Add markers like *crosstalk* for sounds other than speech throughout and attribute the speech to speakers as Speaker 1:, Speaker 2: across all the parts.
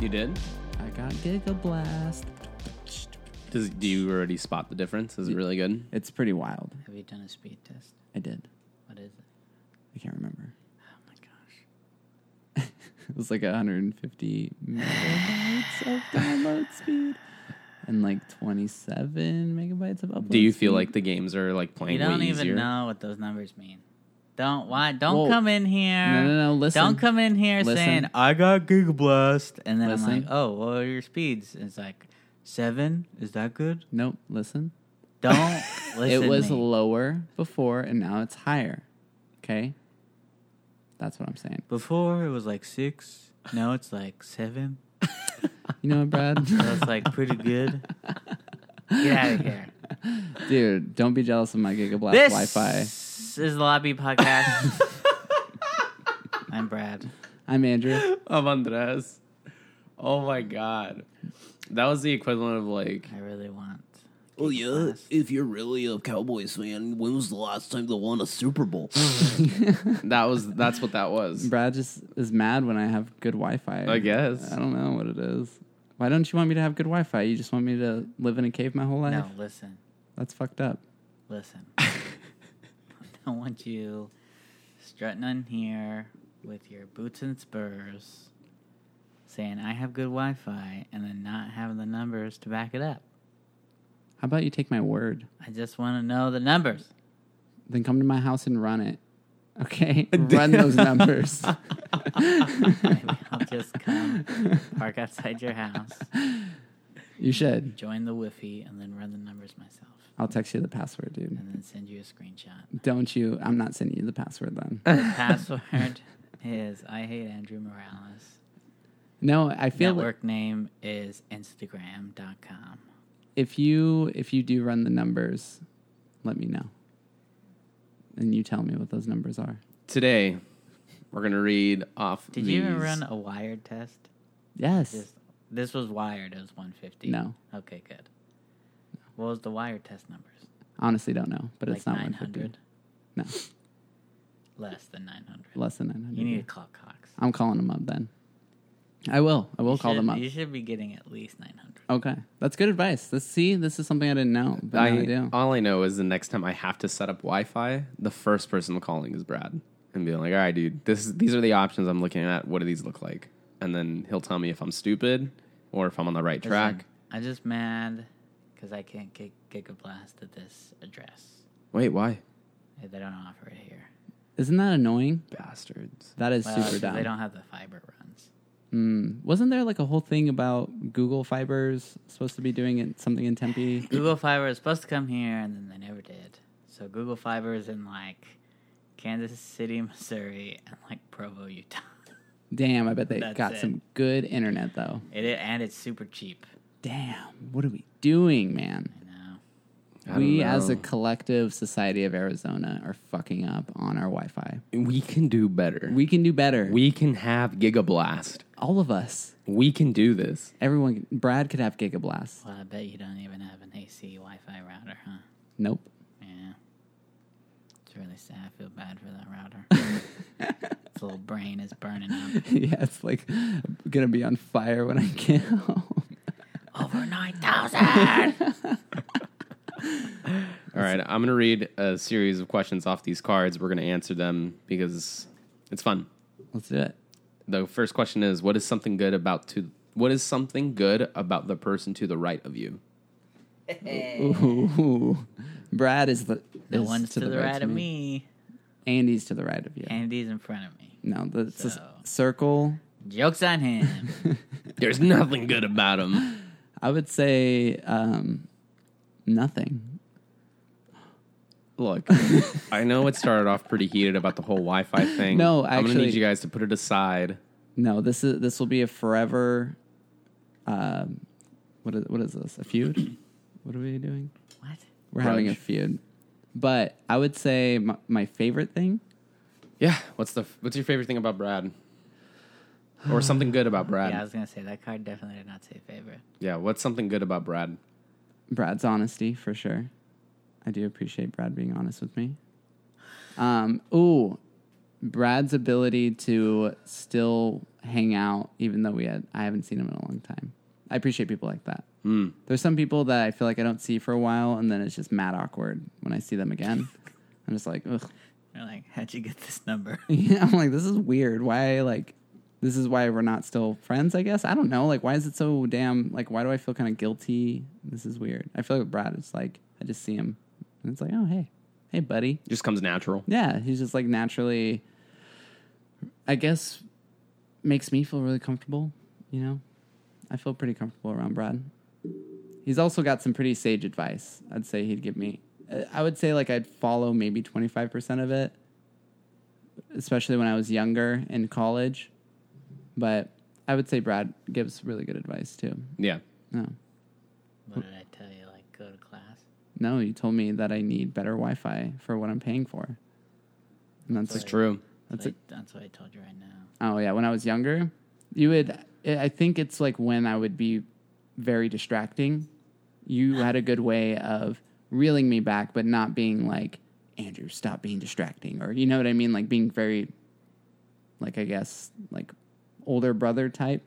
Speaker 1: did?
Speaker 2: I got Giga Blast.
Speaker 1: Does, do you already spot the difference? Is it really good?
Speaker 2: It's pretty wild.
Speaker 3: Have you done a speed test?
Speaker 2: I did.
Speaker 3: What is it?
Speaker 2: I can't remember. *laughs*
Speaker 3: Oh my gosh.
Speaker 2: It was like 150 megabytes
Speaker 3: *laughs*
Speaker 2: of download speed and like 27 megabytes of upload.
Speaker 1: Do you
Speaker 2: speed.
Speaker 1: feel like the games are like playing
Speaker 3: You don't
Speaker 1: way
Speaker 3: even
Speaker 1: easier?
Speaker 3: know what those numbers mean. Don't why don't
Speaker 2: Well,
Speaker 3: come in here.
Speaker 2: No, no, no, listen.
Speaker 3: Don't come in here
Speaker 2: Listen.
Speaker 3: saying I got Giga Blast and then I'm
Speaker 2: Listen.
Speaker 3: like, "Oh, what are your speeds?" And it's like, "7? Is that good?"
Speaker 2: Nope. Listen. *laughs*
Speaker 3: Don't listen.
Speaker 2: it was
Speaker 3: me.
Speaker 2: lower before, and now it's higher. Okay. That's what I'm saying.
Speaker 3: Before it was like 6. Now it's like 7.
Speaker 2: You know what, Brad?
Speaker 3: So *laughs* it's like pretty good.
Speaker 2: *laughs*
Speaker 3: Get out of here.
Speaker 2: Dude, don't be jealous of my Giga Blast
Speaker 3: This
Speaker 2: Wi-Fi.
Speaker 3: is the Lobby Podcast. *laughs* I'm Brad.
Speaker 2: I'm Andrew.
Speaker 1: Of Andres. Oh my god. That was the equivalent of like
Speaker 3: I really want.
Speaker 4: Oh yeah, if you're really a Cowboys fan, when was the last time they won a Super Bowl?
Speaker 1: that was that's what that was.
Speaker 2: Brad just is mad when I have good Wi-Fi.
Speaker 1: I guess.
Speaker 2: I don't know what it is. Why don't you want me to have good Wi-Fi? You just want me to live in a cave my whole life?
Speaker 3: No, listen.
Speaker 2: That's fucked up. *laughs*
Speaker 3: Listen. I don't want you strutting on here with your boots and spurs saying I have good Wi Fi and then not having the numbers to back it up.
Speaker 2: How about you take my word?
Speaker 3: I just want to know the numbers.
Speaker 2: *laughs* Then come to my house and run it. *laughs*
Speaker 1: *laughs*
Speaker 2: Okay? run those numbers.
Speaker 3: Maybe I'll just come park outside your house,
Speaker 2: you should.
Speaker 3: join the Wi-Fi, and then run the numbers myself.
Speaker 2: I'll text you the password, dude.
Speaker 3: And then send you a screenshot.
Speaker 2: Don't you? I'm not sending you the
Speaker 1: *laughs*
Speaker 2: password then. *laughs*
Speaker 3: The password is I hate Andrew Morales.
Speaker 2: No, I feel like
Speaker 3: Network name is Instagram.com.
Speaker 2: if you if you do run the numbers, let me know. And you tell me what those numbers are.
Speaker 1: Today we're gonna read off
Speaker 3: Did you ever
Speaker 1: these-
Speaker 3: run a wired test?
Speaker 2: Yes.
Speaker 3: This, this was wired. It was 150.
Speaker 2: No.
Speaker 3: Okay, good. What was the wired test numbers?
Speaker 2: Honestly don't know, but it's
Speaker 3: like
Speaker 2: not
Speaker 3: 900?
Speaker 2: 150. No.
Speaker 3: Less than 900.
Speaker 2: Less than 900.
Speaker 3: You need to call Cox.
Speaker 2: I'm calling them up then. I will. I will
Speaker 3: You
Speaker 2: call them
Speaker 3: should-
Speaker 2: up.
Speaker 3: You should be getting at least 900.
Speaker 2: Okay. That's good advice. This see, this is something I didn't know, but now I,
Speaker 1: I,
Speaker 2: do.
Speaker 1: all I know is the next time I have to set up Wi Fi, the first person calling is Brad and being like, All right, dude, this is, these are the options I'm looking at. What do these look like? And then he'll tell me if I'm stupid or if I'm on the right track.
Speaker 3: Listen, I'm just mad because I can't get Giga Blast at this address.
Speaker 1: Wait, why?
Speaker 3: Hey, They don't offer it here.
Speaker 2: Isn't that annoying?
Speaker 1: Bastards.
Speaker 2: That is
Speaker 3: Well,
Speaker 2: super
Speaker 3: 'cause
Speaker 2: dumb.
Speaker 3: They don't have the fiber runs.
Speaker 2: Mm. Wasn't there like a whole thing about Google Fibers supposed to be doing it, something in Tempe?
Speaker 3: Google Fiber is supposed to come here, and then they never did. So Google Fiber is in like Kansas City, *laughs* Missouri, and like Provo, Utah.
Speaker 2: Damn, I bet they
Speaker 3: That's
Speaker 2: got
Speaker 3: it.
Speaker 2: some good internet though.
Speaker 3: It i- and it's super cheap.
Speaker 2: Damn, what are we doing, man?
Speaker 3: You know,
Speaker 1: I don't
Speaker 2: We as a
Speaker 1: know.
Speaker 2: collective society of Arizona are fucking up on our Wi-Fi.
Speaker 1: we can do better. We,
Speaker 2: We can do better.
Speaker 1: can have Gigablast.
Speaker 2: all of us.
Speaker 1: We can do this.
Speaker 2: Everyone Brad could have Giga Blast.
Speaker 3: well, I bet you don't even have an AC Wi-Fi router, huh?
Speaker 2: Nope.
Speaker 3: Yeah, it's really sad. I feel bad for that router. *laughs* Its little brain is burning up.
Speaker 2: *laughs* yeah, it's like gonna be on fire when I get *laughs* home.
Speaker 3: *laughs* Over nine thousand.
Speaker 1: All right, I'm going to read a series of questions off these cards. We're going to answer them because it's fun.
Speaker 2: Let's do it.
Speaker 1: The first question is what is something good about to what is something good about the person to the right of you?
Speaker 2: Ooh. Brad is the
Speaker 3: *laughs* The
Speaker 2: is
Speaker 3: one's to, the right of me.
Speaker 2: Andy's to the right of you.
Speaker 3: Andy's in front of me.
Speaker 2: no, the it's a s-
Speaker 3: So.
Speaker 2: circle.
Speaker 3: Jokes on *laughs* him.
Speaker 1: There's nothing good about him.
Speaker 2: I would say um, nothing.
Speaker 1: Look, I know it started off pretty heated about the whole Wi-Fi thing.
Speaker 2: No,
Speaker 1: I'm going to
Speaker 2: actually-
Speaker 1: need you guys to put it aside.
Speaker 2: No, this is this will be a forever. Um, what is what is this? A feud? what are we doing?
Speaker 3: what?
Speaker 2: We're having a
Speaker 1: Grudge.
Speaker 2: feud. But I would say my, my favorite thing.
Speaker 1: Yeah, what's the what's your favorite thing about Brad? Or something good about Brad?
Speaker 3: Yeah, I was gonna say that card definitely did not say favorite.
Speaker 1: yeah, what's something good about Brad?
Speaker 2: Brad's honesty for sure. I do appreciate Brad being honest with me. Um, ooh, Brad's ability to still hang out, even though we had I haven't seen him in a long time. I appreciate people like that. There's some people that I feel like I don't see for a while, and then it's just mad awkward when I see them again. I'm just like, ugh.
Speaker 3: They're like, how'd you get this
Speaker 1: *laughs*
Speaker 3: number?
Speaker 2: Yeah, *laughs* I'm like, this is weird. Why, like, this is why we're not still friends, I guess. I don't know. Like, why is it so damn, like, why do I feel kind of guilty? This is weird. I feel like with Brad, it's like, I just see him and it's like, oh, hey, hey, buddy.
Speaker 1: Just comes natural.
Speaker 2: Yeah, he's just like naturally, I guess, makes me feel really comfortable, you know? I feel pretty comfortable around Brad. He's also got some pretty sage advice. I'd say he'd give me, uh, I would say like I'd follow maybe 25% of it, especially when I was younger in college. But I would say Brad gives really good advice too.
Speaker 1: Yeah.
Speaker 2: No,
Speaker 3: What did I tell you? Like, go to class?
Speaker 2: no, you told me that I need better Wi Fi for what I'm paying for. And that's
Speaker 1: It's true.
Speaker 2: That's
Speaker 3: That's, what I, that's what I told you right now.
Speaker 2: Oh yeah, when I was younger, you would. eh, I I think it's like when I would be very distracting. You had a good way of reeling me back, but not being like Andrew, stop being distracting, or you know what I mean, like being very, like I guess like older brother type.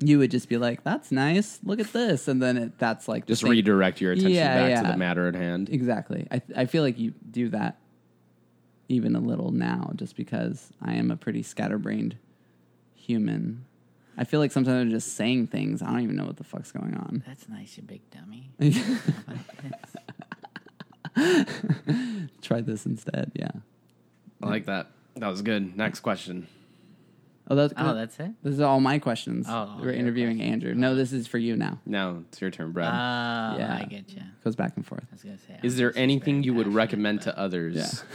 Speaker 2: You would just be like, "That's nice. Look at this," and then it, that's like the
Speaker 1: Just
Speaker 2: thing-
Speaker 1: redirect your attention
Speaker 2: Yeah,
Speaker 1: back to
Speaker 2: yeah.
Speaker 1: the matter at hand.
Speaker 2: Exactly. I I feel like you do that even a little now just because I am a pretty scatterbrained human. I feel like sometimes I'm just saying things. I don't even know what the fuck's going on. *laughs*
Speaker 3: That's nice, you big dummy.
Speaker 2: Try this instead. Yeah.
Speaker 1: I like that. That was good. Next question.
Speaker 2: Oh, that's
Speaker 3: oh, that's it?
Speaker 2: This is all my questions.
Speaker 3: Oh, all
Speaker 2: We're
Speaker 3: your
Speaker 2: interviewing
Speaker 3: questions.
Speaker 2: Andrew. No, this is for you now.
Speaker 1: Now it's your turn, Brad.
Speaker 3: Oh,
Speaker 2: Yeah.
Speaker 3: I get you. I
Speaker 2: Goes back and forth.
Speaker 3: was going to say.
Speaker 1: Is
Speaker 3: I'm
Speaker 1: there
Speaker 3: just
Speaker 1: anything
Speaker 3: very
Speaker 1: you would
Speaker 3: passionate,
Speaker 1: recommend
Speaker 3: but-
Speaker 1: to others?
Speaker 2: Yeah.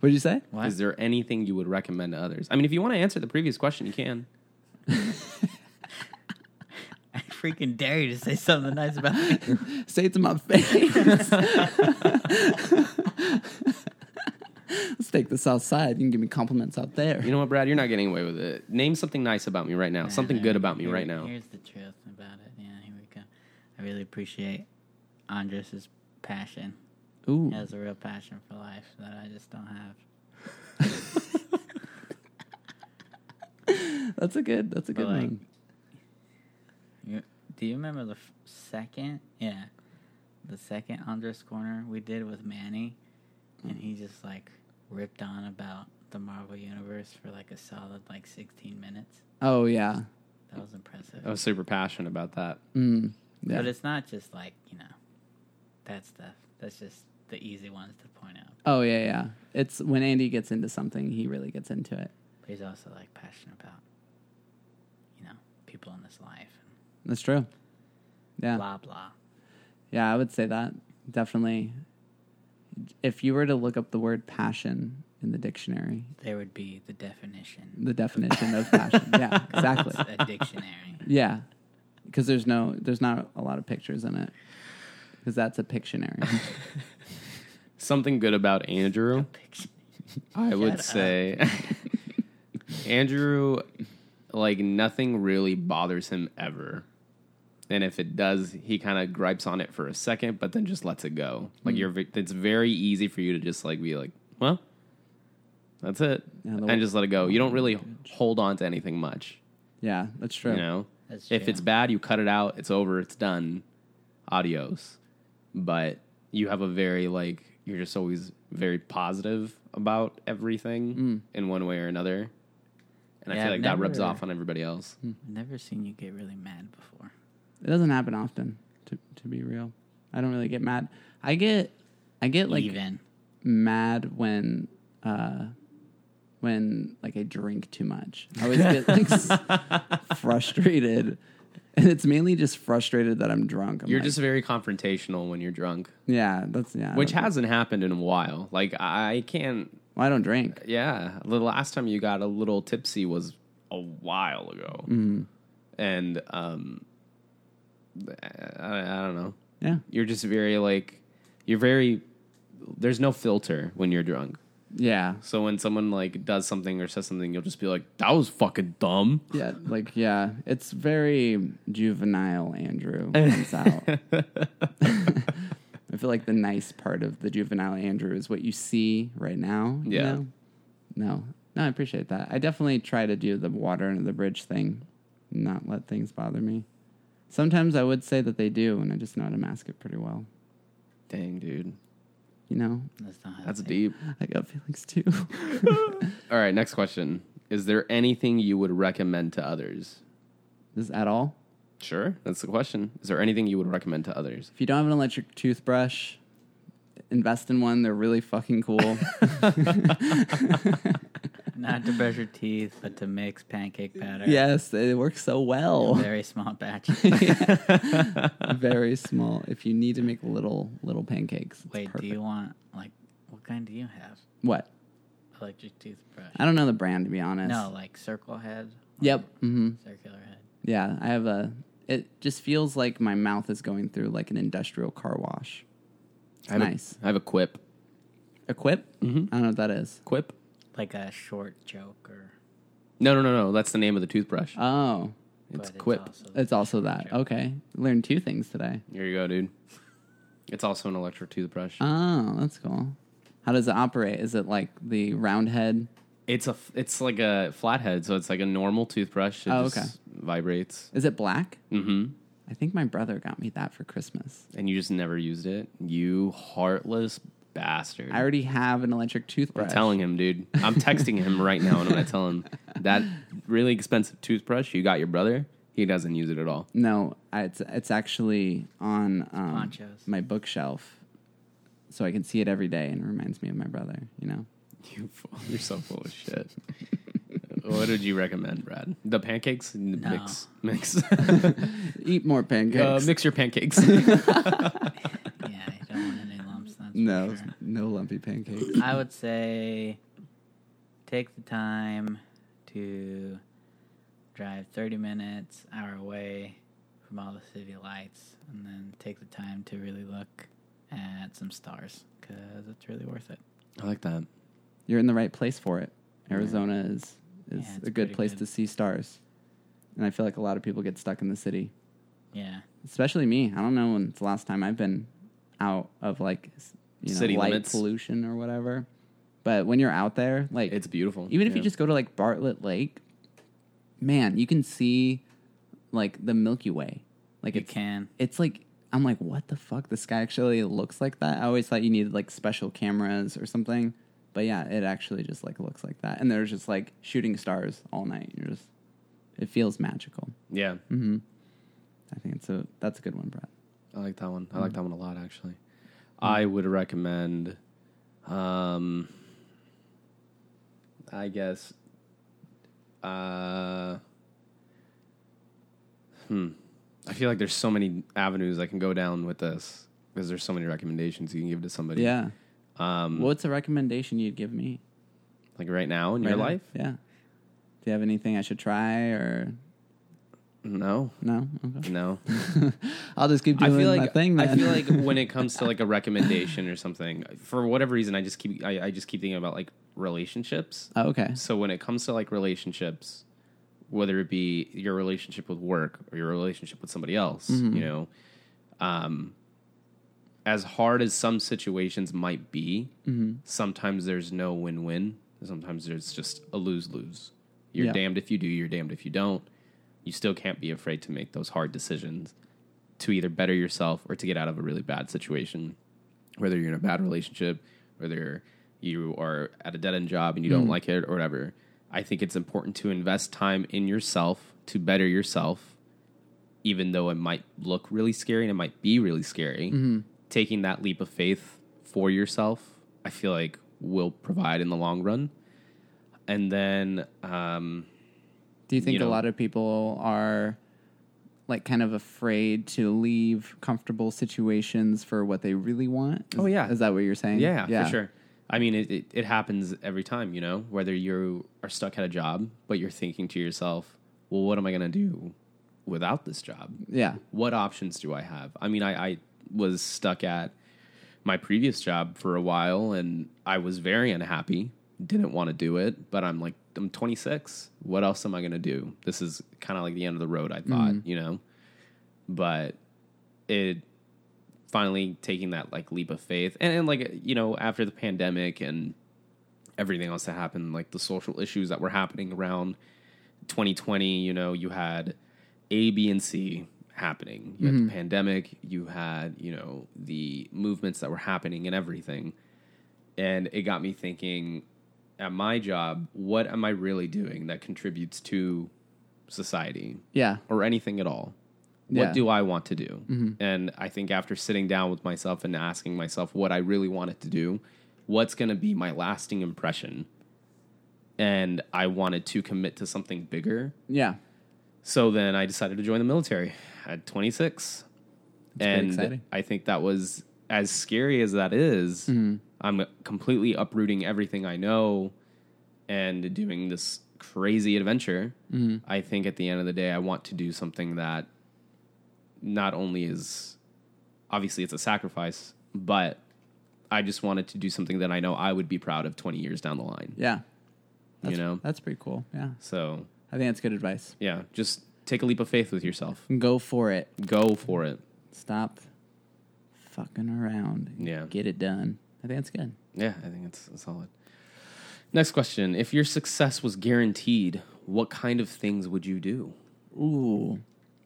Speaker 2: What'd you say?
Speaker 3: What?
Speaker 1: Is there anything you would recommend to others? I mean, if you want to answer the previous question, you can.
Speaker 3: *laughs* I freaking dare you to say something nice about me. *laughs*
Speaker 2: Say it to my face. Let's take this outside. You can give me compliments out there.
Speaker 1: You know what, Brad? You're not getting away with it. Name something nice about me right now. *laughs* Something good about me
Speaker 3: Here-
Speaker 1: right now.
Speaker 3: *laughs* Here's the truth about it. Yeah, here we go. I really appreciate Andres's passion.
Speaker 2: Ooh.
Speaker 3: He has a real passion for life that I just don't have.
Speaker 2: That's a good. That's a
Speaker 3: But,
Speaker 2: good
Speaker 3: like,
Speaker 2: one.
Speaker 3: You, do you remember the f- second? Yeah, the second Andres corner we did with Manny, and he just like ripped on about the Marvel universe for like a solid like 16 minutes.
Speaker 2: Oh yeah.
Speaker 3: That was impressive.
Speaker 1: I was super passionate about that.
Speaker 2: Mm. Yeah.
Speaker 3: But it's not just like you know that stuff. That's just the easy ones to point out.
Speaker 2: oh yeah, yeah. It's when Andy gets into something, he really gets into it.
Speaker 3: But he's also like passionate about you know people in this life and
Speaker 2: That's true. Yeah.
Speaker 3: blah blah.
Speaker 2: Yeah, I would say that definitely. If you were to look up the word passion in the dictionary,
Speaker 3: There would be
Speaker 2: *laughs*
Speaker 3: the definition.
Speaker 2: the definition of passion. Yeah,
Speaker 3: *laughs*
Speaker 2: exactly.
Speaker 3: It's a dictionary.
Speaker 2: Yeah, because there's no, there's not a lot of pictures in it. Because that's a Pictionary.
Speaker 1: Something good about Andrew.
Speaker 3: Pictionary.
Speaker 1: I would
Speaker 3: up.
Speaker 1: say *laughs* Andrew, like nothing really bothers him ever. And if it does, he kind of gripes on it for a second, but then just lets it go.
Speaker 2: Hmm.
Speaker 1: Like you're, ve- it's very easy for you to just like be like, well, that's it,
Speaker 2: Yeah, the-
Speaker 1: and just let it go. You don't really hold on to anything much,
Speaker 2: yeah, that's true.
Speaker 1: you know.
Speaker 3: That's
Speaker 1: if
Speaker 3: true.
Speaker 1: it's bad, you cut it out. It's over. It's done. Adios. But you have a very like you're just always very positive about everything in one way or another, and I
Speaker 3: Mm. Yeah,
Speaker 1: feel like
Speaker 3: I've
Speaker 1: that rubs
Speaker 3: never- Hmm.
Speaker 1: off on everybody else.
Speaker 3: I've never seen you get really mad before.
Speaker 2: It doesn't happen often, to to be real. I don't really get mad. I get, I get like
Speaker 3: Even.
Speaker 2: mad when uh when like I drink too much. I always get like s- frustrated. And it's mainly just frustrated that I'm drunk. I'm
Speaker 1: You're
Speaker 2: like,
Speaker 1: just very confrontational when you're drunk,
Speaker 2: yeah, that's yeah. I
Speaker 1: which
Speaker 2: don't-
Speaker 1: hasn't happened in a while. Like I can't.
Speaker 2: well, I don't drink.
Speaker 1: Yeah, the last time you got a little tipsy was a while ago,
Speaker 3: Mm-hmm.
Speaker 1: and um, I, I don't know.
Speaker 2: Yeah,
Speaker 1: you're just very like you're very there's no filter when you're drunk
Speaker 2: yeah,
Speaker 1: so when someone like does something or says something you'll just be like that was fucking dumb
Speaker 2: yeah. Like yeah, it's very juvenile. Andrew comes out. I feel like the nice part of the juvenile Andrew is what you see right now. you
Speaker 1: Yeah.
Speaker 2: know? No, no, I appreciate that. I definitely try to do the water under the bridge thing, not let things bother me. Sometimes I would say that they do, and I just know how to mask it pretty well.
Speaker 1: Dang, dude.
Speaker 2: You know,
Speaker 3: That's not how
Speaker 1: That's
Speaker 3: they-
Speaker 1: deep.
Speaker 2: I got feelings too. *laughs*
Speaker 1: All right, next question. Is there anything you would recommend to others?
Speaker 2: Is at all?
Speaker 1: Sure. That's the question. Is there anything you would recommend to others?
Speaker 2: If you don't have an electric toothbrush, invest in one. They're really fucking cool.
Speaker 3: Not to brush your teeth, but to mix pancake batter.
Speaker 2: yes, they work so well.
Speaker 3: Very
Speaker 2: *laughs*
Speaker 3: small batches. *laughs*
Speaker 2: Very small. If you need to make little little pancakes, it's
Speaker 3: Wait, do
Speaker 2: perfect.
Speaker 3: you want like what kind do you have?
Speaker 2: what?
Speaker 3: Electric toothbrush.
Speaker 2: I don't know the brand to be honest.
Speaker 3: No, like circle head.
Speaker 2: Yep. hmm
Speaker 3: Circular head.
Speaker 2: Yeah, I have a. It just feels like my mouth is going through like an industrial car wash.
Speaker 1: I have a-
Speaker 2: Nice.
Speaker 1: I have a quip.
Speaker 2: A quip? Mm-hmm. I don't know what that is.
Speaker 1: Quip?
Speaker 3: Like a short joke or
Speaker 1: No, no, no, no. That's the name of the toothbrush.
Speaker 2: Oh,
Speaker 1: It's
Speaker 3: but
Speaker 1: quip.
Speaker 3: also-
Speaker 2: it's also that. Okay, learned two things today.
Speaker 1: Here you go, dude. It's also an electric toothbrush.
Speaker 2: Oh, that's cool. How does it operate? Is it like the round head?
Speaker 1: It's a f- it's like a flathead, so it's like a normal toothbrush. It
Speaker 2: Oh,
Speaker 1: just
Speaker 2: okay.
Speaker 1: vibrates.
Speaker 2: Is it black?
Speaker 1: Mm-hmm.
Speaker 2: I think my brother got me that for Christmas.
Speaker 1: And you just never used it. You heartless bastard.
Speaker 2: I already have an electric toothbrush.
Speaker 1: I'm telling him, dude. I'm texting him right now and I'm gonna tell him that really expensive toothbrush you got your brother, he doesn't use it at all.
Speaker 2: No, I, it's it's actually on um,
Speaker 3: Ponchos.
Speaker 2: my bookshelf, so I can see it every day, and it reminds me of my brother. You know.
Speaker 1: You fool. You're so full of shit. what would you recommend, Brad? The pancakes? N-
Speaker 3: No.
Speaker 1: Mix. Mix.
Speaker 2: Eat more pancakes.
Speaker 3: Um,
Speaker 1: uh, mix your
Speaker 2: *laughs*
Speaker 1: pancakes.
Speaker 3: Yeah, I don't want any lumps.
Speaker 2: *laughs*
Speaker 3: That's
Speaker 2: no,
Speaker 3: For sure.
Speaker 2: no lumpy pancakes.
Speaker 3: I would say take the time to drive 30 minutes, hour away from all the city lights, and then take the time to really look at some stars because it's really worth it.
Speaker 1: I like that.
Speaker 2: You're in the right place for it. Arizona is is
Speaker 3: Yeah, it's
Speaker 2: a good
Speaker 3: pretty
Speaker 2: place
Speaker 3: good.
Speaker 2: to see stars, and I feel like a lot of people get stuck in the city,
Speaker 3: Yeah.
Speaker 2: especially me. I don't know when it's the last time I've been out of like s- you know,
Speaker 1: City
Speaker 2: light
Speaker 1: limits.
Speaker 2: pollution or whatever. But when you're out there, like
Speaker 1: It's beautiful.
Speaker 2: even if you
Speaker 1: Yeah.
Speaker 2: just go to like Bartlett Lake, man, you can see like the Milky Way. Like
Speaker 3: You
Speaker 2: it's,
Speaker 3: can.
Speaker 2: It's like I'm like, what the fuck? The sky actually looks like that. I always thought you needed like special cameras or something, but yeah, it actually just like looks like that. And there's just like shooting stars all night. You're just, it feels magical.
Speaker 1: Yeah.
Speaker 2: I think it's a that's a good one, Brad.
Speaker 1: I like that one. I
Speaker 2: Mm.
Speaker 1: like that one a lot, actually. I would recommend, um, I guess, uh, hmm. I feel like there's so many avenues I can go down with this because there's so many recommendations you can give to somebody.
Speaker 2: Yeah.
Speaker 1: Um,
Speaker 2: What's a recommendation you'd give me?
Speaker 1: like right now in your
Speaker 2: Right now?
Speaker 1: life?
Speaker 2: Yeah. Do you have anything I should try or Mm-hmm.
Speaker 1: No,
Speaker 2: no? Okay. *laughs*
Speaker 1: no.
Speaker 2: I'll just keep
Speaker 1: I
Speaker 2: doing
Speaker 1: feel
Speaker 2: my
Speaker 1: like
Speaker 2: thing. Then.
Speaker 1: I feel like when it comes to like
Speaker 2: *laughs*
Speaker 1: a recommendation or something, for whatever reason, I just keep I, I just keep thinking about like relationships.
Speaker 2: Oh, okay.
Speaker 1: So when it comes to like relationships, whether it be your relationship with work or your relationship with somebody else, you know, um, as hard as some situations might be, sometimes there's no win-win. Sometimes there's just a lose-lose. You're
Speaker 2: Yeah.
Speaker 1: damned if you do. You're damned if you don't. You still can't be afraid to make those hard decisions to either better yourself or to get out of a really bad situation. Whether you're in a bad relationship, whether you are at a dead end job and you don't like it or whatever, I think it's important to invest time in yourself to better yourself, even though it might look really scary and it might be really scary. Taking that leap of faith for yourself, I feel like will provide in the long run. And then, um,
Speaker 2: Do you think
Speaker 1: know-
Speaker 2: a lot of people are like kind of afraid to leave comfortable situations for what they really want? Is-
Speaker 1: Oh, yeah.
Speaker 2: is that what you're saying?
Speaker 1: Yeah, for sure. I mean, it, it, it happens every time, you know, whether you are stuck at a job, but you're thinking to yourself, well, what am I going to do without this job?
Speaker 2: Yeah,
Speaker 1: What options do I have? I mean, I, I was stuck at my previous job for a while and I was very unhappy, didn't want to do it, but I'm like, I'm 26. What else am I going to do? This is kind of like the end of the road, I thought, you know? But it finally taking that like leap of faith and, and like you know after the pandemic and everything else that happened, like the social issues that were happening around 2020. You know, you had A, B, and C happening. You had the pandemic. You had you know the movements that were happening and everything, and it got me thinking. At my job, what am I really doing that contributes to society?
Speaker 2: Yeah.
Speaker 1: or anything at all.
Speaker 2: Yeah.
Speaker 1: What do I want to do? And I think after sitting down with myself and asking myself what I really wanted to do, what's going to be my lasting impression? And I wanted to commit to something bigger.
Speaker 2: Yeah.
Speaker 1: So then I decided to join the military at 26.
Speaker 2: pretty
Speaker 1: and
Speaker 2: exciting.
Speaker 1: I think that was as scary as that is,
Speaker 2: Mm-hmm.
Speaker 1: I'm completely uprooting everything I know and doing this crazy adventure.
Speaker 2: Mm-hmm.
Speaker 1: I think at the end of the day, I want to do something that not only is obviously it's a sacrifice, but I just wanted to do something that I know I would be proud of 20 years down the line.
Speaker 2: Yeah. That's,
Speaker 1: You know?
Speaker 2: That's pretty cool. Yeah.
Speaker 1: So,
Speaker 2: I think that's good advice.
Speaker 1: yeah, just take a leap of faith with yourself.
Speaker 2: Go for it.
Speaker 1: Go for it.
Speaker 2: Stop fucking around. and
Speaker 1: Yeah.
Speaker 2: Get it done. I think that's good.
Speaker 1: Yeah, I think it's it's solid. Next question: If your success was guaranteed, what kind of things would you do?
Speaker 2: Ooh.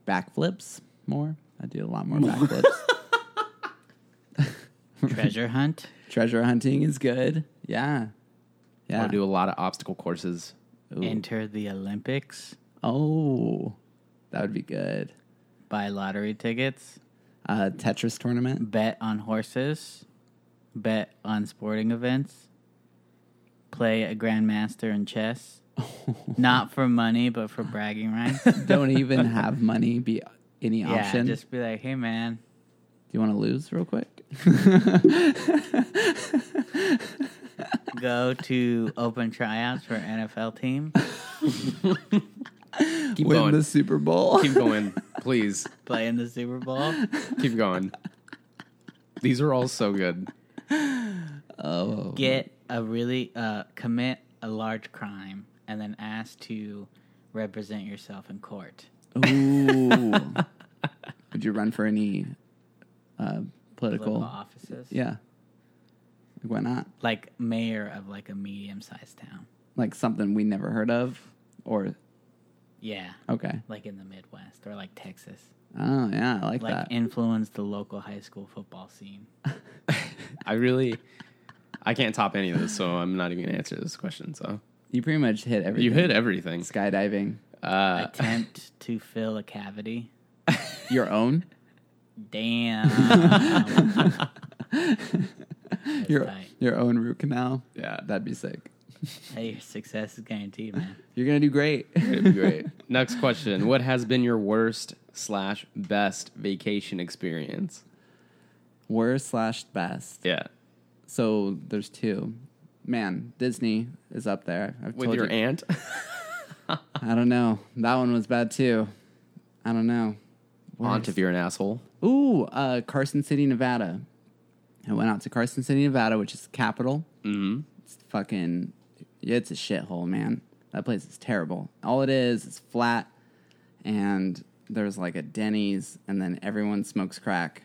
Speaker 2: Backflips more. I do a
Speaker 1: *laughs*
Speaker 2: lot more backflips.
Speaker 3: Treasure hunt.
Speaker 2: Treasure hunting is good. Yeah.
Speaker 1: I
Speaker 2: Yeah.
Speaker 1: would do a lot of obstacle courses.
Speaker 3: Enter the Olympics.
Speaker 2: oh. That would be good.
Speaker 3: Buy lottery tickets.
Speaker 2: Uh, Tetris tournament.
Speaker 3: Bet on horses. Bet on sporting events. Play a grandmaster
Speaker 2: *laughs*
Speaker 3: in chess. Not for money, but for bragging rights.
Speaker 2: Don't even have money be any
Speaker 3: yeah,
Speaker 2: option.
Speaker 3: just be like, hey man,
Speaker 2: Do you want to lose real quick?
Speaker 3: go to open tryouts for NFL team.
Speaker 1: Keep
Speaker 2: Win
Speaker 1: going.
Speaker 2: the Super Bowl.
Speaker 1: Keep going, please.
Speaker 3: Play in the Super Bowl.
Speaker 2: *laughs*
Speaker 1: Keep going. These are all so good.
Speaker 3: Get a really uh, commit a large crime and then ask to represent yourself in court.
Speaker 2: Ooh. Would you run for any uh,
Speaker 3: Political
Speaker 2: political?
Speaker 3: offices.
Speaker 2: Yeah. Like, why not?
Speaker 3: Like mayor of like a medium sized town.
Speaker 2: Like something we never heard of, or
Speaker 3: Yeah.
Speaker 2: okay.
Speaker 3: Like in the Midwest or like Texas.
Speaker 2: Oh yeah, I like,
Speaker 3: Like
Speaker 2: that.
Speaker 3: influence the local high school
Speaker 2: *laughs*
Speaker 3: football scene.
Speaker 1: I really, I can't top any of this, so I'm not even gonna answer this question. So
Speaker 2: you pretty much hit everything.
Speaker 1: you hit everything. Uh,
Speaker 2: skydiving.
Speaker 3: Attempt to fill a cavity.
Speaker 2: Your own. *laughs*
Speaker 3: Damn. That's
Speaker 2: Your
Speaker 3: tight.
Speaker 2: your own root canal.
Speaker 1: Yeah, that
Speaker 2: That'd be sick.
Speaker 3: Hey, your success is guaranteed, man.
Speaker 2: You're gonna do great.
Speaker 1: would be great. Next question: What has been your worst slash best vacation experience?
Speaker 2: *laughs* Worst slash best.
Speaker 1: Yeah,
Speaker 2: So there's two. Man, Disney is up there. I've
Speaker 1: with
Speaker 2: told
Speaker 1: your
Speaker 2: you.
Speaker 1: aunt.
Speaker 2: I don't know. That one was bad too. I don't know.
Speaker 1: aunt, if you're an asshole.
Speaker 2: Ooh, uh, Carson City, Nevada. I went out to Carson City, Nevada, which is the capital. Mm-hmm. It's fucking, yeah, it's a shithole, man. That place is terrible. All it is is flat, and there's like a Denny's, and then everyone smokes crack,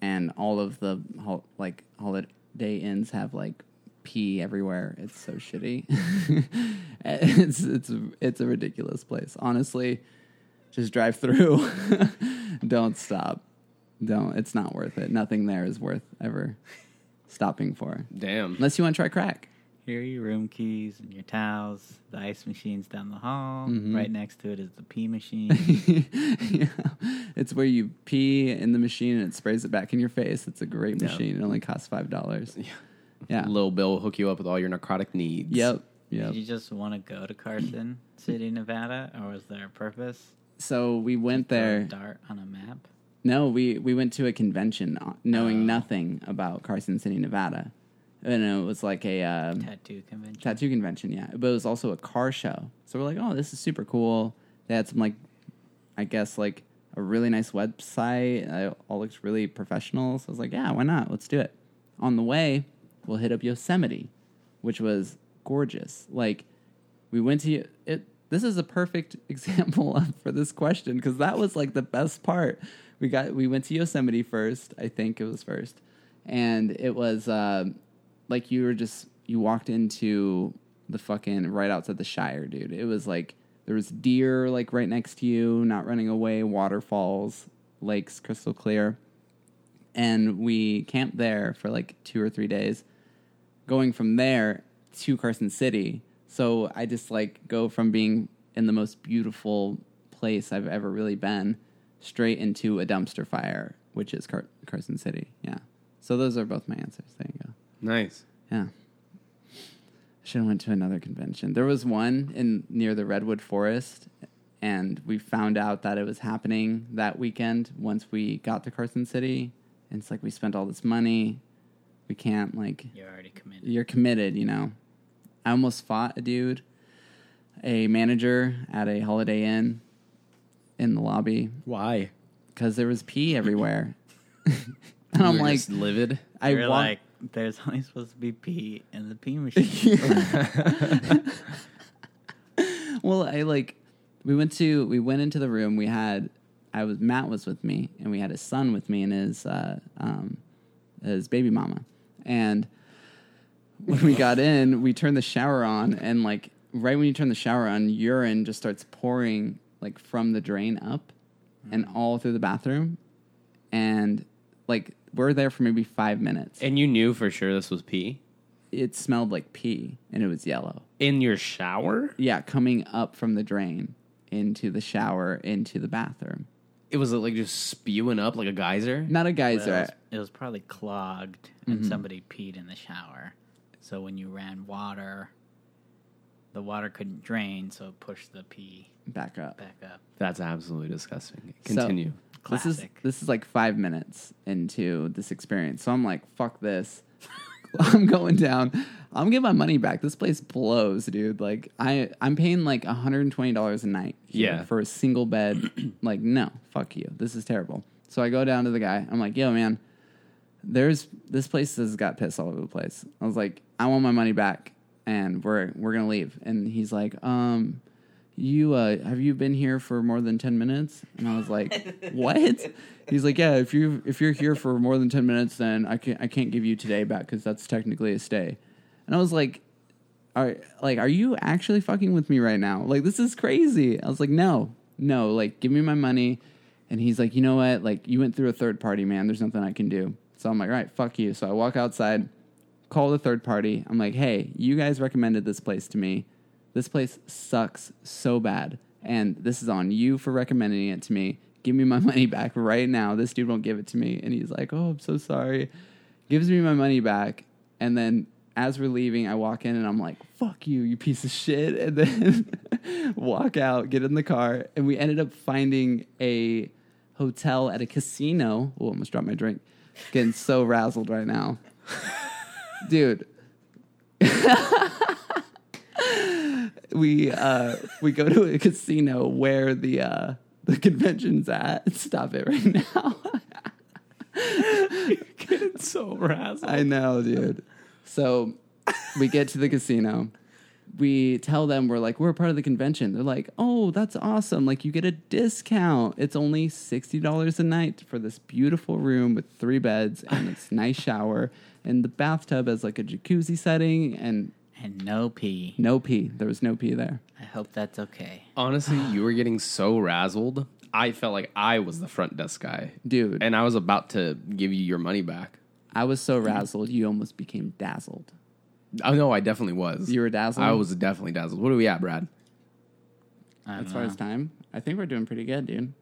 Speaker 2: and all of the hol- like holiday inns have like pee everywhere. It's so shitty. *laughs* it's it's it's a ridiculous place, honestly just drive through. *laughs* Don't stop. Don't. It's not worth it. Nothing there is worth ever stopping for.
Speaker 1: Damn.
Speaker 2: Unless you want to try crack. *laughs*
Speaker 3: Here are your room keys and your towels. The ice machine's down the hall.
Speaker 2: Mm-hmm.
Speaker 3: Right next to it is the pee machine.
Speaker 2: yeah. It's where you pee in the machine and it sprays it back in your face. It's a great machine. It only costs five dollars. Yeah. Yeah.
Speaker 1: Lil Bill will hook you up with all your narcotic needs.
Speaker 2: Yep.
Speaker 3: Did
Speaker 2: *laughs*
Speaker 3: you
Speaker 2: Yep.
Speaker 3: just want to go to Carson City, Nevada, or was there a purpose?
Speaker 2: So we went
Speaker 3: Throw a
Speaker 2: there.
Speaker 3: Dart on a map.
Speaker 2: No, we, we went to a convention uh,
Speaker 3: Oh.
Speaker 2: knowing nothing about Carson City, Nevada. And it was like a um,
Speaker 3: Tattoo convention.
Speaker 2: tattoo convention, yeah. But it was also a car show. So we're like, oh, this is super cool. They had some like, I guess like a really nice website. It all looks really professional. So I was like, yeah, why not? Let's do it. On the way, we'll hit up Yosemite, which was gorgeous. Like we went to it. This is a perfect *laughs* example of, for this question because that was like the best part. We got we went to Yosemite first. I think it was first, and it was um like you were just you walked into the fucking right outside the Shire, dude. It was like there was deer like right next to you, not running away, waterfalls, lakes crystal clear. And we camped there for like two or three days going from there to Carson City. So I just like go from being in the most beautiful place I've ever really been straight into a dumpster fire, which is Car- Carson City. Yeah. So those are both my answers. There you go.
Speaker 1: Nice.
Speaker 2: Yeah. Should have went to another convention. There was one in near the redwood forest, and we found out that it was happening that weekend. Once we got to Carson City, and it's like we spent all this money, we can't like
Speaker 3: You're already committed.
Speaker 2: you're committed, you know. I almost fought a dude, a manager at a Holiday Inn in the lobby
Speaker 1: Why?
Speaker 2: because there was pee everywhere. *laughs* and I'm like,
Speaker 1: livid.
Speaker 2: I
Speaker 3: You're
Speaker 2: walk.
Speaker 3: like, there's only supposed to be pee in the
Speaker 2: *laughs*
Speaker 3: pee machine.
Speaker 2: well, I like we went to we went into the room. We had I was Matt was with me, and we had his son with me and his uh, um, his baby mama. And when we got in, we turned the shower on, and like right when you turn the shower on, urine just starts pouring like from the drain up and all through the bathroom, and like we're there for maybe five minutes.
Speaker 1: And you knew for sure this was pee
Speaker 2: it smelled like pee, and it was yellow.
Speaker 1: in your shower.
Speaker 2: Yeah, coming up from the drain into the shower into the bathroom.
Speaker 1: It was like just spewing up like a geyser.
Speaker 2: Not a uh, geyser.
Speaker 3: Well, it, was, it was probably clogged and somebody peed in the shower. So when you ran water, the water couldn't drain, so it pushed the pee
Speaker 2: back up.
Speaker 3: back up.
Speaker 1: That's absolutely disgusting.
Speaker 2: So-
Speaker 1: Continue.
Speaker 2: This is
Speaker 3: Classic.
Speaker 2: this is like five minutes into this experience. So I'm like, fuck this. *laughs* I'm going down. I'm getting my money back. This place blows, dude. Like I I'm paying like $120 a night here
Speaker 1: Yeah.
Speaker 2: for a single
Speaker 3: *clears throat*
Speaker 2: bed. like, no, fuck you. This is terrible. So I go down to the guy. I'm like, yo, man, there's this place has got piss all over the place. I was like, I want my money back, and we're we're gonna leave. And he's like, um, you uh, have you been here for more than ten minutes? And I was like, what? He's like, yeah, if you if you're here for more than ten minutes, then I can not I can't give you today back because that's technically a stay. And I was like, are like are you actually fucking with me right now like this is crazy i was like no no like give me my money and he's like you know what like you went through a third party man there's nothing i can do so i'm like all right fuck you so i walk outside call the third party i'm like hey you guys recommended this place to me this place sucks so bad and this is on you for recommending it to me give me my *laughs* money back right now this dude won't give it to me and he's like oh i'm so sorry gives me my money back and then as we're leaving i walk in and i'm like fuck you you piece of shit *laughs* and then walk out get in the car and we ended up finding a hotel at a casino oh almost dropped my drink getting so razzled right now dude *laughs* we uh we go to a casino where the uh the convention's at *laughs* stop it right now
Speaker 1: It's so razzled.
Speaker 2: I know, dude. So we get to the casino. We tell them we're like we're part of the convention. They're like, "Oh, that's awesome! Like you get a discount. It's only sixty dollars a night for this beautiful room with three beds and this nice shower and the bathtub has like a jacuzzi setting and
Speaker 3: And no pee.
Speaker 2: no pee. There was no pee there.
Speaker 3: I hope that's okay.
Speaker 1: Honestly, *sighs* you were getting so razzled. I felt like I was the front desk guy,
Speaker 2: Dude.
Speaker 1: and I was about to give you your money back.
Speaker 2: I was so razzled, you almost became dazzled.
Speaker 1: Oh no, I definitely was.
Speaker 2: You were dazzled.
Speaker 1: I was definitely dazzled. What are we at, Brad?
Speaker 3: I don't
Speaker 2: as far
Speaker 3: know.
Speaker 2: as time. I think we're doing pretty good, dude.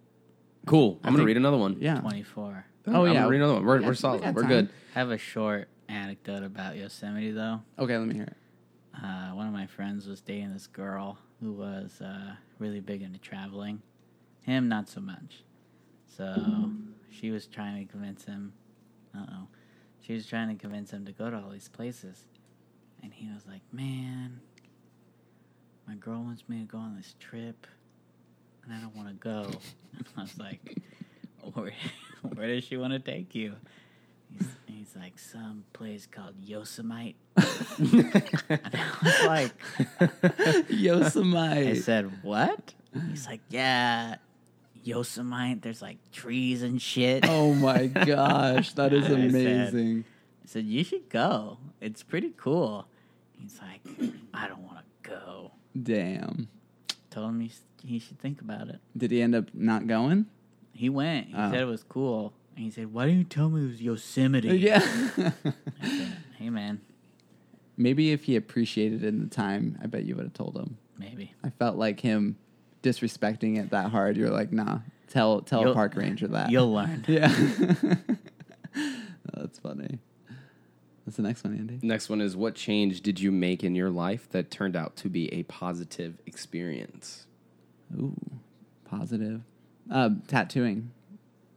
Speaker 1: Cool. I'm gonna
Speaker 2: think-
Speaker 1: read another one.
Speaker 2: Yeah.
Speaker 3: 24.
Speaker 2: Oh
Speaker 1: I'm
Speaker 2: yeah.
Speaker 1: gonna read another one. We're,
Speaker 2: Yeah,
Speaker 1: we're
Speaker 2: we
Speaker 1: solid.
Speaker 2: got
Speaker 1: We're
Speaker 2: time.
Speaker 1: good.
Speaker 3: I have a short anecdote about Yosemite, though.
Speaker 2: Okay, let me hear it.
Speaker 3: uh, one of my friends was dating this girl who was uh, really big into traveling. Him, not so much. So she was trying to convince him. Uh oh. She was trying to convince him to go to all these places. And he was like, man, my girl wants me to go on this trip. And I don't want to go. *laughs* and I was like, where, *laughs* where does she want to take you? He's, he's like, some place called Yosemite. *laughs* And I was like, I
Speaker 2: Yosemite.
Speaker 3: said, what? He's like, yeah, Yosemite, there's like trees and shit.
Speaker 2: Oh *laughs* my gosh, that is
Speaker 3: *laughs* I said-
Speaker 2: amazing.
Speaker 3: I said, you should go. It's pretty cool. He's like, I don't want to go.
Speaker 2: Damn.
Speaker 3: Told him he, s- he should think about it.
Speaker 2: Did he end up not going?
Speaker 3: He went. He
Speaker 2: Oh.
Speaker 3: said it was cool. And he said, Why didn't you tell me it was Yosemite?
Speaker 2: Yeah. *laughs*
Speaker 3: I said, hey, man.
Speaker 2: Maybe if he appreciated it in the time, I bet you would have told him.
Speaker 3: Maybe.
Speaker 2: I felt like him disrespecting it that hard. You're like, nah, tell tell a
Speaker 3: You'll-
Speaker 2: park ranger that.
Speaker 3: You'll learn.
Speaker 2: *laughs*
Speaker 3: *laughs*
Speaker 2: Yeah. Oh, that's funny. What's the next one, Andy?
Speaker 1: Next one is what change did you make in your life that turned out to be a positive experience?
Speaker 2: Ooh, positive. Um, tattooing.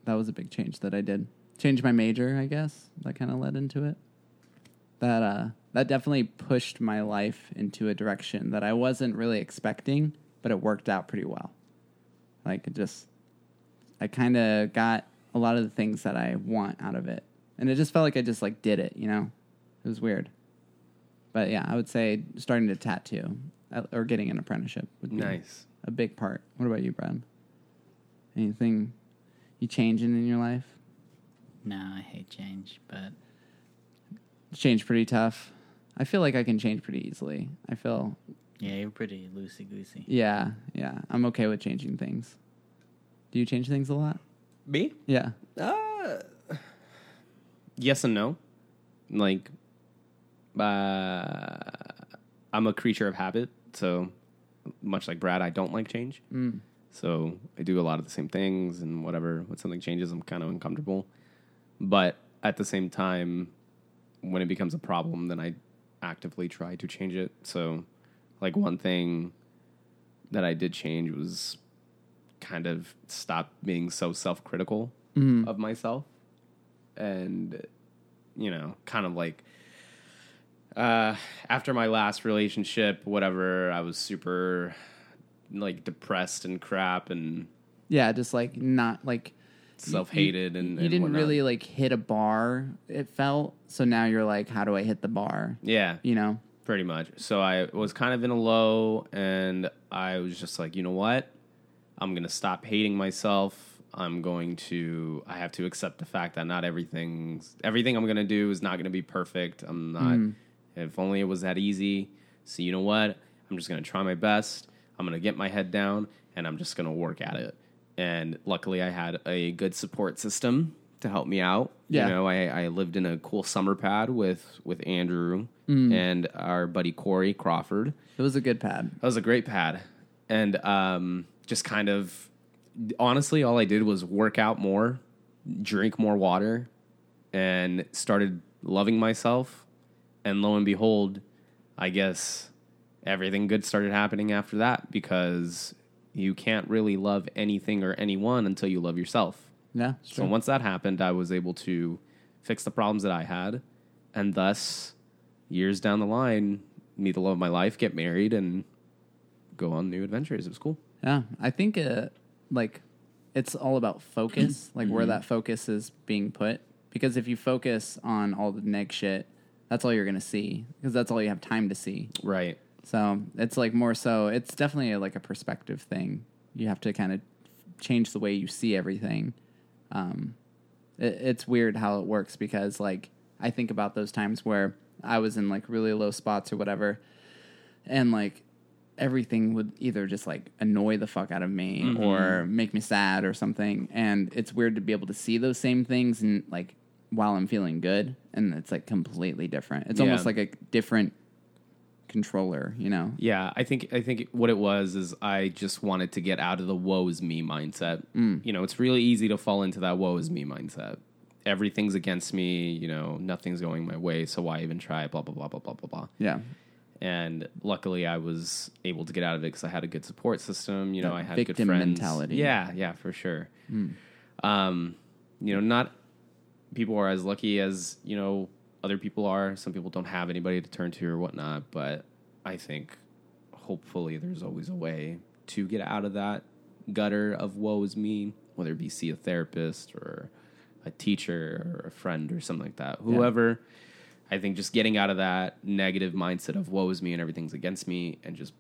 Speaker 2: That was a big change that I did. Changed my major, I guess. That kind of led into it. That uh, that definitely pushed my life into a direction that I wasn't really expecting, but it worked out pretty well. Like it just, I kind of got a lot of the things that I want out of it, and it just felt like I just like did it. You know, it was weird. But yeah, I would say starting to tattoo uh, or getting an apprenticeship would be
Speaker 1: Nice.
Speaker 2: a big part. What about you, Brad? Anything you changing in your life?
Speaker 3: No, I hate change, but
Speaker 2: It's changed pretty tough. I feel like I can change pretty easily. I feel,
Speaker 3: yeah, you're pretty loosey goosey.
Speaker 2: yeah, yeah. I'm okay with changing things. Do you change things a lot?
Speaker 1: Me?
Speaker 2: Yeah.
Speaker 1: Uh, yes and no. Like, uh, I'm a creature of habit, so much like Brad, I don't like change.
Speaker 2: Mm.
Speaker 1: So I do a lot of the same things, and whatever when something changes, I'm kind of uncomfortable. But at the same time, when it becomes a problem, then I actively try to change it. So, like one thing that I did change was kind of stop being so self-critical of myself, and you know, kind of like uh, after my last relationship, whatever, I was super like depressed and crap and
Speaker 2: Yeah, just like not like you-
Speaker 1: self hated
Speaker 2: you-
Speaker 1: and
Speaker 2: you
Speaker 1: and
Speaker 2: didn't
Speaker 1: whatnot.
Speaker 2: really like hit a bar. It felt so. Now you're like, how do I hit the bar?
Speaker 1: yeah
Speaker 2: You know.
Speaker 1: pretty much so I was kind of in a low and I was just like you know what I'm gonna stop hating myself I'm going to I have to accept the fact that not everything's everything I'm gonna do is not gonna be perfect I'm not if only it was that easy so you know what I'm just gonna try my best I'm gonna get my head down and I'm just gonna work at it and luckily I had a good support system to help me out
Speaker 2: Yeah.
Speaker 1: you know I, I lived in a cool summer pad with with Andrew and our buddy Corey Crawford.
Speaker 2: It was a good pad.
Speaker 1: That was a great pad, and um, just kind of honestly, all I did was work out more, drink more water, and started loving myself. And lo and behold, I guess everything good started happening after that because you can't really love anything or anyone until you love yourself.
Speaker 2: Yeah.
Speaker 1: So once that happened, I was able to fix the problems that I had, and thus, years down the line, meet the love of my life, get married, and go on new adventures. It was cool.
Speaker 2: Yeah, I think uh, like it's all about focus, like where that focus is being put. Because if you focus on all the neg shit, that's all you're gonna see. Because that's all you have time to see.
Speaker 1: Right.
Speaker 2: So it's like more so. It's definitely like a perspective thing. You have to kind of change the way you see everything. Um, it, it's weird how it works because like I think about those times where I was in like really low spots or whatever, and like everything would either just like annoy the fuck out of me or make me sad or something. And it's weird to be able to see those same things and like while I'm feeling good, and it's like completely different. It's
Speaker 1: Yeah.
Speaker 2: almost like a different controller, you know?
Speaker 1: Yeah, I think I think what it was is I just wanted to get out of the woe is me mindset. You know, it's really easy to fall into that woe is me mindset. Everything's against me. You know, nothing's going my way. So why even try? Blah blah blah blah blah blah blah.
Speaker 2: Yeah.
Speaker 1: and luckily I was able to get out of it because I had a good support system. You know,
Speaker 2: That
Speaker 1: I had good
Speaker 2: victim
Speaker 1: friends.
Speaker 2: mentality. Hmm.
Speaker 1: Yeah, yeah, for sure. Um, you know, not people are as lucky as you know other people are. Some people don't have anybody to turn to or whatnot. But I think hopefully there's always a way to get out of that gutter of woe is me, whether it be see a therapist or a teacher or a friend or something like that. Whoever, I think just getting out of that negative mindset of woe is me and everything's against me and just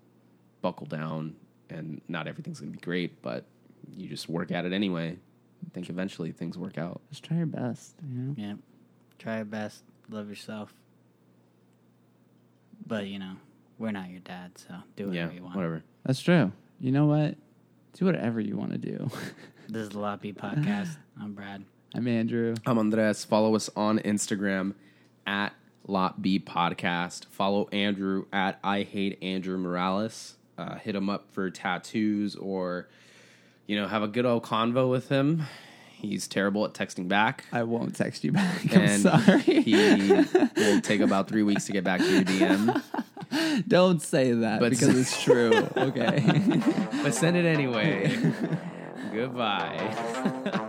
Speaker 1: buckle down and not everything's going to be great, but you just work at it anyway. I think eventually things work out.
Speaker 2: Just try your best, you know?
Speaker 3: Yeah. Try your best. Love yourself. But you know, we're not your dad, so do
Speaker 1: yeah,
Speaker 3: whatever you want.
Speaker 1: whatever.
Speaker 2: That's true. You know what? Do whatever you want to do. *laughs*
Speaker 3: This is the Loppy Podcast. I'm Brad.
Speaker 2: I'm Andrew.
Speaker 1: I'm Andres. Follow us on Instagram at Lot B Podcast. Follow Andrew at I Hate Andrew Morales. Uh, hit him up for tattoos or, you know, have a good old convo with him. He's terrible at texting back.
Speaker 2: I won't text you back. *laughs* I'm
Speaker 1: and
Speaker 2: sorry.
Speaker 1: he will take about three weeks to get back to your DM.
Speaker 2: *laughs* Don't say that
Speaker 1: But- *laughs*
Speaker 2: *laughs* because it's true. Okay. *laughs*
Speaker 1: But send it anyway. Goodbye.